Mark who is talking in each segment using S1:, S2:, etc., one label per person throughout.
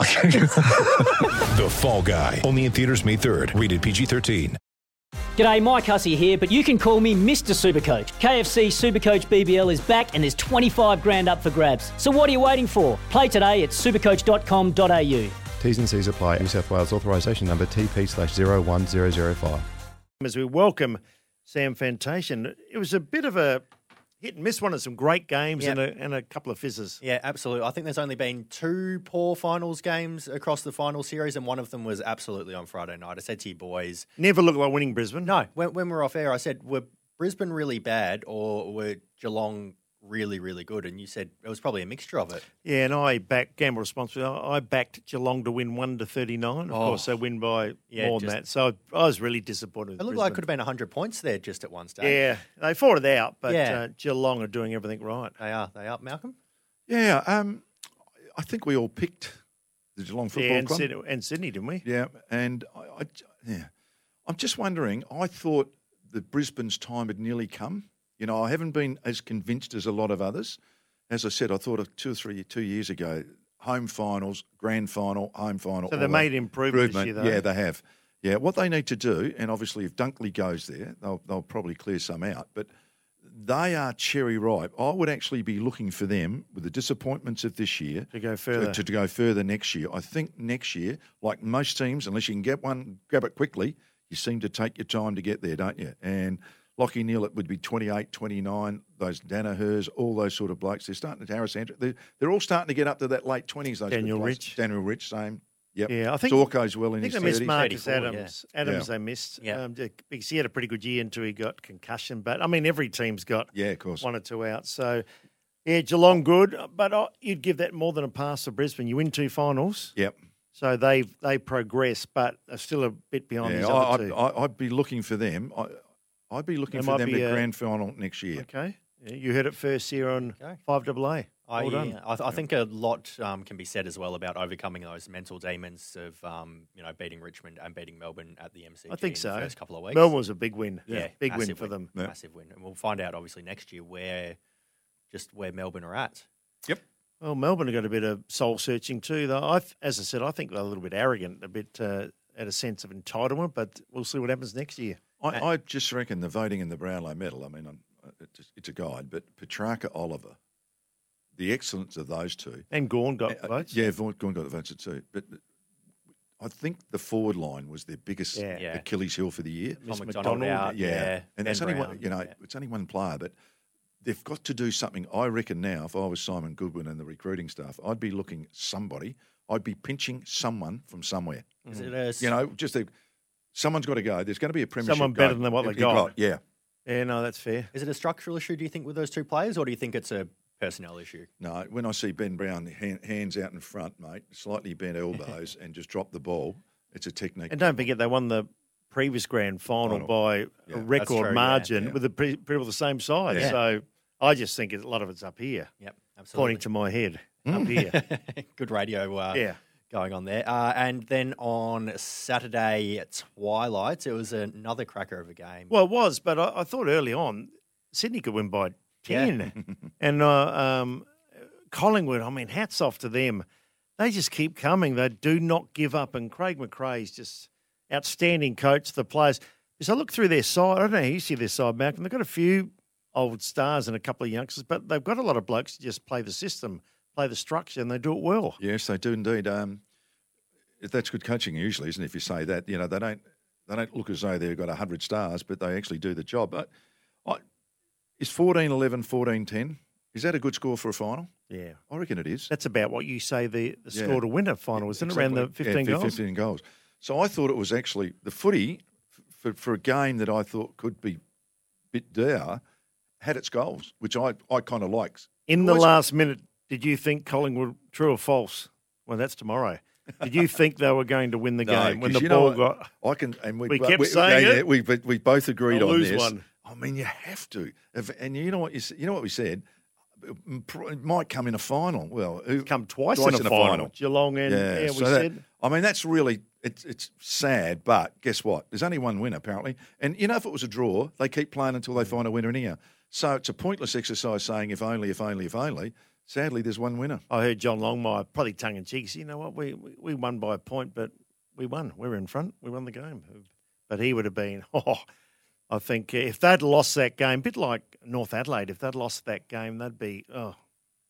S1: The Fall Guy. Only in theaters May 3rd. Rated PG-13.
S2: G'day, Mike Hussey here, but you can call me Mr. Supercoach. KFC Supercoach BBL is back and there's 25 grand up for grabs. So what are you waiting for? Play today at supercoach.com.au.
S3: T's and C's apply. New South Wales authorisation number TP slash 01005.
S4: as we welcome Sam Fantation. It was a bit of a hit and miss one and some great games and, a, and a couple of fizzes.
S5: Yeah, absolutely. I think there's only been two poor finals games across the final series, and one of them was absolutely on Friday night. I said to you boys,
S4: Never looked like winning Brisbane.
S5: no, when, when we were off air, I said, were Brisbane really bad or were Geelong really, really good? And you said it was probably a mixture of it.
S4: Yeah, and I backed gamble responsibly. I I backed Geelong to win one to thirty nine. Of
S5: Oh.
S4: course, they win by
S5: Yeah,
S4: more than
S5: just-
S4: that. So I was really disappointed. With
S5: It looked like it could have
S4: Brisbane.
S5: been 100 points there just at one stage.
S4: Yeah, they fought it out, but
S5: Yeah.
S4: uh, Geelong are doing everything right.
S5: They are. They are. Malcolm?
S6: Yeah, um, I think we all picked the Geelong Football
S4: Yeah, and,
S6: Club.
S4: Sydney, and Sydney, didn't we?
S6: Yeah, and I, I j- yeah, I'm just wondering. I thought that Brisbane's time had nearly come. You know, I haven't been as convinced as a lot of others. As I said, I thought of two or three, two years ago, home finals, grand final, home final.
S4: So they
S6: all
S4: made
S6: that.
S4: improvement this year,
S6: Yeah,
S4: though.
S6: they have. Yeah, what they need to do, and obviously if Dunkley goes there, they'll they'll probably clear some out. But they are cherry ripe. I would actually be looking for them with the disappointments of this year
S4: To go further.
S6: To, to go further next year. I think next year, like most teams, unless you can get one, grab it quickly, you seem to take your time to get there, don't you? And Lockie Neal, it would be 28, 29, those Danahers, all those sort of blokes. They're starting to, Harris Andrew, they're, they're all starting to get up to that late 20s, those good
S4: Daniel
S6: blokes.
S4: Rich.
S6: Daniel Rich, same. Yep.
S4: Yeah, I think-
S6: Zorko's well in
S4: I think they
S6: his
S4: missed
S6: 30s.
S4: Marcus
S5: 34, yeah.
S4: Adams. Adams
S6: Yeah.
S4: they missed.
S5: Yeah.
S4: Um, d- because he had a pretty good year until he got concussion. But I mean, every team's got
S6: Yeah, of course.
S4: one or two out. So yeah, Geelong good, but I, you'd give that more than a pass to Brisbane. You win two finals,
S6: Yep.
S4: so they they progress, but are still a bit behind these
S6: Yeah,
S4: other
S6: I, I'd,
S4: two.
S6: I- I'd be looking for them. I, I'd be looking
S4: There
S6: for
S4: might
S6: them
S4: be
S6: at
S4: a-
S6: grand final next year.
S4: Okay, Yeah, you heard it first here on
S5: Okay.
S4: Five Double A.
S5: I, E
S4: Well done.
S5: yeah, I, th- I think a lot um, can be said as well about overcoming those mental demons of um, you know beating Richmond and beating Melbourne at the MCG.
S4: I think
S5: in
S4: so.
S5: The first couple of weeks.
S4: Melbourne was a big win.
S5: yeah,
S4: big win
S5: massive
S4: for them.
S6: Yeah.
S5: Massive win, and we'll find out obviously next year where just where Melbourne are at.
S4: Well, Melbourne have got a bit of soul searching too, though. I, as I said, I think they're a little bit arrogant, a bit uh, at a sense of entitlement. But we'll see what happens next year.
S6: I, I just reckon the voting in the Brownlow Medal. I mean, I'm, it's, it's a guide, but Petrarca Oliver, the excellence of those two.
S4: And Gorn got
S6: Uh,
S4: votes.
S6: Yeah, Vaughan Vaughan got the votes too. But I think the forward line was their biggest
S4: Yeah.
S5: Yeah.
S6: Achilles heel for the year.
S5: Tom
S4: McDonald,
S5: McDonald, out, yeah,
S6: and it's
S5: Ben
S6: only
S5: Brown,
S6: one. You know,
S5: yeah.
S6: it's only one player, but they've got to do something. I reckon now, if I was Simon Goodwin and the recruiting staff, I'd be looking at somebody. I'd be pinching someone from somewhere.
S5: Is it a s-
S6: You know, just a, someone's got to go. There's going to be a premiership.
S4: Mm. Someone better
S6: guide.
S4: than what they
S6: You
S4: got.
S6: Yeah.
S4: yeah, no, that's fair.
S5: is it a structural issue? Do you think with those two players, or do you think it's a personnel issue?
S6: No, when I see Ben Brown hand, hands out in front, mate, slightly bent elbows, and just drop the ball, it's a technique.
S4: And don't forget, they won the previous grand final,
S6: Final.
S4: by
S6: Yeah,
S4: a
S6: that's
S4: record
S5: true, yeah,
S4: margin
S6: yeah.
S4: with the pre- people the same size.
S6: Yeah.
S4: So I just think it's, a lot of it's up here,
S5: Yep, absolutely. Mm.
S4: pointing to my head up here.
S5: Good radio uh,
S4: Yeah.
S5: going on there. Uh, and then on Saturday at Twilight, it was another cracker of a game.
S4: Well, it was, but I, I thought early on Sydney could win by ten, and uh, um, Collingwood. I mean, hats off to them. They just keep coming. They do not give up. And Craig McRae's just outstanding coach. The players. As I look through their side, I don't know how you see their side, Malcolm. They've got a few old stars and a couple of youngsters, but they've got a lot of blokes to just play the system, play the structure, and they do it well.
S6: Yes, they do indeed. Um, that's good coaching, usually, isn't it? If you say that, you know, they don't they don't look as though they've got hundred stars, but they actually do the job. But I, is 14-11, 14-10, Is that a good score for a final?
S4: Yeah.
S6: I reckon it is.
S4: That's about what you say the, the
S6: Yeah.
S4: score to win a final, isn't it? Around the
S6: Exactly.
S4: 15
S6: Yeah, fif-
S4: goals.
S6: 15 goals. So I thought it was actually the footy f- for, for a game that I thought could be a bit dour had its goals, which I, I kind of liked.
S4: In the
S6: Always-
S4: last minute, did you think Collingwood true or false? Well, that's tomorrow. Did you think they were going to win the game when
S6: 'cause
S4: the
S6: you know
S4: ball
S6: what?
S4: got?
S6: I can, and we,
S4: We
S6: bo-
S4: kept saying
S6: yeah,
S4: it.
S6: yeah, we, but we both agreed
S4: I'll
S6: on
S4: lose
S6: this.
S4: one.
S6: I mean, you have to. If, and you know what you, s- you know what we said. It might come in a final. Well, who-
S4: Come twice, in, a final. Geelong and yeah, we
S6: so that-
S4: said
S6: I mean, that's really it's it's sad, but guess what? There's only one winner apparently, and you know if it was a draw, they keep playing until they find a winner in here. So it's a pointless exercise saying if only, if only, if only. Sadly, there's one winner.
S4: I heard John Longmire probably tongue in cheek. You know what? We, we we won by a point, but we won. We were in front. We won the game. But he would have been. Oh, I think uh, if they'd lost that game, bit like North Adelaide, if they'd lost that game, that'd be oh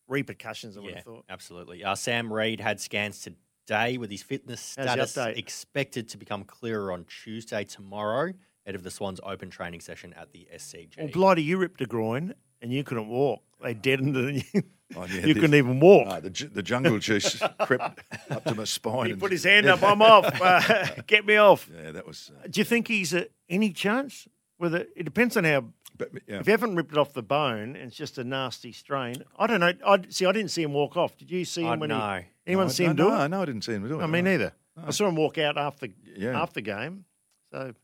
S4: repercussions. I would
S5: Yeah,
S4: have thought.
S5: absolutely. Uh, Sam Reed had scans today with his fitness
S4: How's the
S5: status
S4: update?
S5: expected to become clearer on Tuesday tomorrow, ahead of the Swans' open training session at the SCG.
S4: Well, Blighty, you ripped a groin and you couldn't walk. They deadened it. And you
S6: Oh, yeah, this-
S4: you couldn't even walk.
S6: Ah, the, ju- the jungle juice crept up to my spine.
S4: he
S6: and-
S4: put his hand up. I'm off. Uh, get me off.
S6: Oh, Yeah, that was. Uh,
S4: Do you think he's at any chance? Whether it depends on how
S6: but, yeah.
S4: If you haven't ripped it off the bone and it's just a nasty strain, I don't know. I see. I didn't see him walk off. Did you see him
S5: Oh,
S4: when
S5: no.
S4: he? Anyone
S6: No,
S4: see
S6: no,
S4: him do
S6: No,
S4: it?
S6: no, I didn't see him do it.
S4: I mean,
S6: no.
S4: neither. I saw him walk out after
S6: Yeah.
S4: after game. So,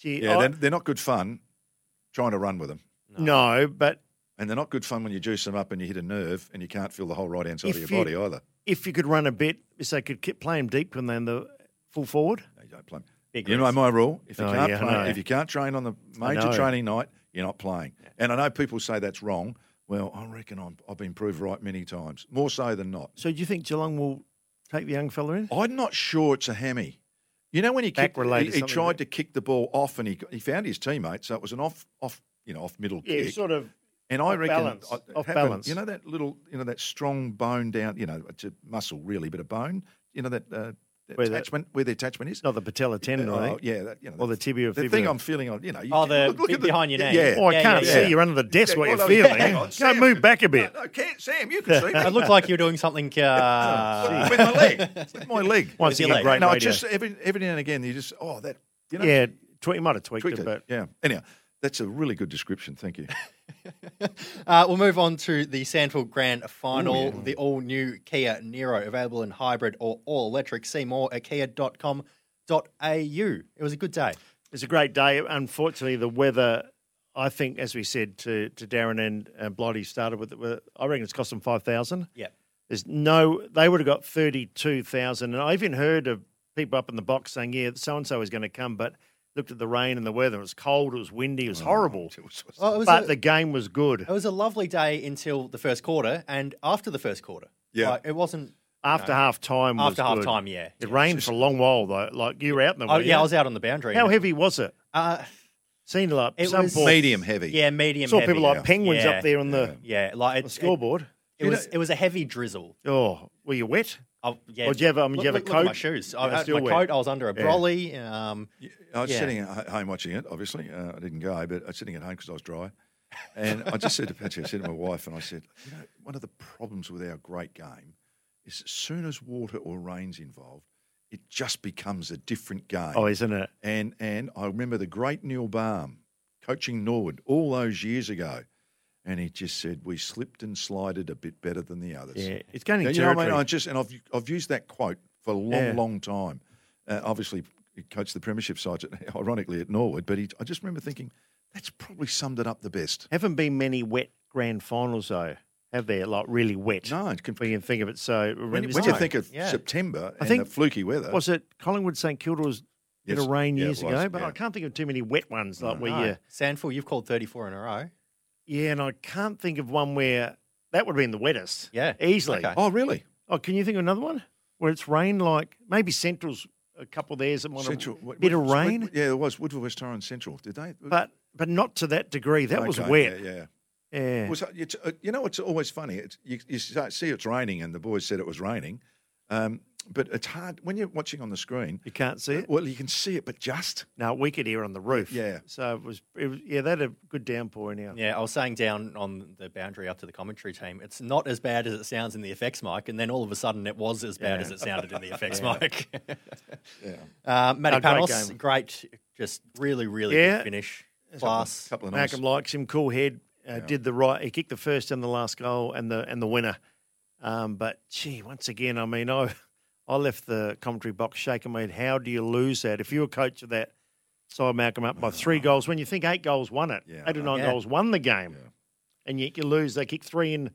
S4: gee,
S6: Yeah,
S4: I-
S6: they're, they're not good fun trying to run with them.
S4: no. But
S6: And they're not good fun when you juice them up and you hit a nerve and you can't feel the whole right hand side
S4: If
S6: of
S4: you-
S6: your body either.
S4: if you could run a bit, if they could keep play him deep when they're in the full forward.
S6: No, you don't play.
S5: Big
S6: you know
S5: risk.
S6: my rule: if you
S4: Oh,
S6: can't
S4: yeah, I
S6: play,
S4: know.
S6: if you can't train on the major
S4: know.
S6: training night, you're not playing. And I know people say that's wrong. Well, I reckon I'm, I've been proved right many times, more so than not.
S4: So, do you think Geelong will take the young fella in?
S6: I'm not sure it's a hammy. You know when he
S4: Back
S6: kicked, he,
S4: related,
S6: he
S4: something
S6: tried
S4: like-
S6: to kick the ball off, and he he found his teammate, so it was an off off you know off middle kick.
S4: of.
S6: And I
S4: Off
S6: reckon
S4: balance,
S6: I-
S4: off
S6: it happened-
S4: balance.
S6: You know that little, you know that strong bone down. You know, it's a muscle really, but a bone. You know that uh,
S4: Where the-
S6: attachment where the attachment is.
S4: Not the patella tendon, I
S6: Oh,
S4: think.
S6: yeah, that, you know,
S4: Or the tibia
S6: The thing
S4: fibula.
S6: I'm feeling, on you know, you,
S5: Oh, the
S6: look, look
S5: bit
S6: at the,
S5: behind your knee.
S6: Yeah,
S4: Oh, I
S5: Yeah,
S4: can't
S5: yeah,
S4: see
S6: yeah.
S4: you're under the desk.
S6: Yeah,
S4: what you're
S6: well,
S4: feeling?
S6: hang on,
S4: Can't
S6: Sam.
S4: move back a bit.
S6: No, no, can't, Sam, you can see. me.
S5: it looked like you were doing something.
S4: Oh,
S5: Uh,
S6: with my leg, with my leg.
S4: Once
S5: With your
S4: again,
S5: leg.
S4: great
S6: no, it's
S4: radio.
S6: just every every now and again you just oh that you know
S4: yeah, twe- you might have tweaked,
S6: tweaked
S4: it,
S6: it.
S4: but
S6: yeah. Anyhow, that's a really good description. Thank you.
S5: Uh, we'll move on to the Sandfield Grand Final, the all new Kia Nero, available in hybrid or all electric. See more at kia.com.au. It was a good day.
S4: It's a great day. Unfortunately, the weather, I think, as we said to, to Darren and, and Blighty, started with, with- I reckon it's cost them 5000
S5: Yeah.
S4: There's no, they would have got 32000 And I even heard of people up in the box saying, yeah, so and so is going to come, but looked at the rain and the weather. It was cold, it was windy, it was horrible. Oh,
S5: Well, Oh, it was
S4: But
S5: a, Oh,
S4: the game was good.
S5: it was a lovely day until the first quarter and after the first quarter.
S6: Yeah.
S5: Like, it wasn't
S4: After half time, was
S5: after half
S4: good.
S5: time, yeah.
S4: It rained for a long while, though. Like, you were out in the
S5: Oh,
S4: weather.
S5: yeah, I was out on the boundary.
S4: How heavy was it?
S5: Uh,
S4: Seen like
S5: It
S4: some
S5: was-
S4: ball-
S6: Medium heavy.
S5: yeah, medium
S4: Saw
S5: heavy.
S4: people like penguins
S5: Yeah.
S4: up there on the,
S5: Yeah, like it,
S4: the
S5: it-
S4: scoreboard.
S5: It, was it was a heavy drizzle.
S4: Oh, were you wet?
S5: Oh, yeah.
S4: Well, do you have- I mean, do
S5: look,
S4: you have a
S5: look- look at my
S4: coat?
S5: shoes.
S4: Yeah,
S5: I had
S4: still
S5: my
S4: wet.
S5: coat. I was under a brolly. Um,
S6: I was
S5: Yeah.
S6: sitting at ho- home watching it, obviously. Uh, I didn't go, but I was sitting at home because I was dry. And I just said to Patrick, I said to my wife, and I said, you know, one of the problems with our great game is as soon as water or rain's involved, it just becomes a different game.
S4: Oh, isn't it?
S6: And and I remember the great Neil Baum coaching Norwood all those years ago. And he just said, we slipped and slided a bit better than the others.
S4: Yeah, it's going
S6: Yeah,
S4: in
S6: you know
S4: territory.
S6: what I mean? I just and I've I've used that quote for a long,
S4: Yeah.
S6: long time. Uh, obviously, he coached the premiership side, ironically at Norwood, but he, I just remember thinking that's probably summed it up the best.
S4: Haven't been many wet grand finals though, have there? Like really wet.
S6: No, it's completely.
S4: We can think of it. So uh,
S6: When,
S4: remember
S6: when
S4: this
S6: you think
S4: time.
S6: of
S5: Yeah.
S6: September and
S4: think-
S6: the fluky weather,
S4: was it Collingwood St Kilda was in
S6: Yes.
S4: a rain
S6: Yeah, it
S4: years
S6: was,
S4: ago, but
S6: yeah.
S4: I can't think of too many wet ones like where
S5: no.
S4: you.
S5: Sandful, you've called 34 in a row.
S4: Yeah, and I can't think of one where that would have been the wettest.
S5: Yeah.
S4: easily.
S5: Okay.
S6: oh really?
S4: Oh, can you think of another one where it's rained like maybe Central's a couple of theirs that might
S6: Central
S4: have
S6: what-
S4: bit of
S6: what-
S4: rain,
S6: yeah, there was Woodville West Torrens Central. Did they?
S4: but but not to that degree. That was
S6: Okay,
S4: wet.
S6: Yeah, yeah.
S4: Yeah.
S6: Was, it's, uh, you know, it's always funny. It's, you, you start- see it's raining, and the boys said it was raining, um, but it's hard when you're watching on the screen. uh,
S4: you can't see it.
S6: Well, you can see it, but just
S4: No, we could hear on the roof.
S6: Yeah.
S4: So it was, it was yeah, they had a good downpour in here.
S5: Yeah, I was saying down on the boundary up to the commentary team, it's not as bad as it sounds in the effects mic, and then all of a sudden it was as bad as it sounded in the effects mic. yeah. Uh, Matty
S4: No, great
S5: Panos,
S4: game.
S5: great, just really, really
S4: Yeah.
S5: good finish. Class.
S6: couple of nice.
S4: Malcolm likes him, cool head, uh, did the right, he kicked the first and the last goal and the and the winner. Um, but gee, once again, I mean, I I left the commentary box shaking my head. How do you lose that? If you were coach of that side, Malcolm, up by three goals, when you think eight goals won it,
S6: Yeah, I
S4: eight or
S6: know.
S4: nine
S5: Yeah.
S4: goals won the game, and yet you lose. They kick three in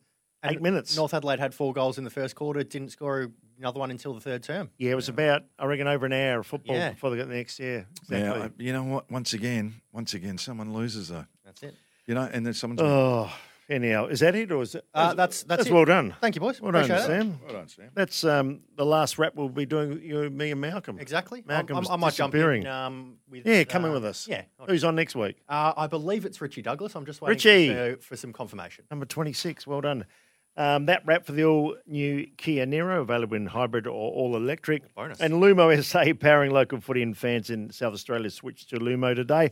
S4: eight minutes.
S5: North Adelaide had four goals in the first quarter, didn't score another one until the third term.
S4: yeah, it was about, I reckon, over an hour of football
S5: Yeah.
S4: before they got the next year. Exactly.
S6: Now, uh, you know what? Once again, once again, someone loses though.
S5: That's it.
S6: You know, and then someone's.
S4: Oh, anyhow, is that it, or is it?
S5: Uh, that's that's it.
S4: well done.
S5: Thank you, boys.
S4: Well done,
S5: Appreciate it.
S4: Sam.
S6: Well done, Sam.
S4: That's um, the last rap we'll be doing. with You, me, and Malcolm.
S5: Exactly. I,
S4: Malcolm's
S5: I, I might jump
S4: disappearing.
S5: in. Um, with,
S4: yeah, come in
S5: uh,
S4: with us.
S5: Yeah.
S4: Who's on next week?
S5: Uh, I believe it's Richie Douglas. I'm just waiting
S4: Richie.
S5: For, for some confirmation.
S4: Number 26. Well done. Um, that wrap for the all new Kia Niro, available in hybrid or all electric.
S5: Bonus.
S4: And Lumo SA, powering local footy and fans in South Australia, switch to Lumo today.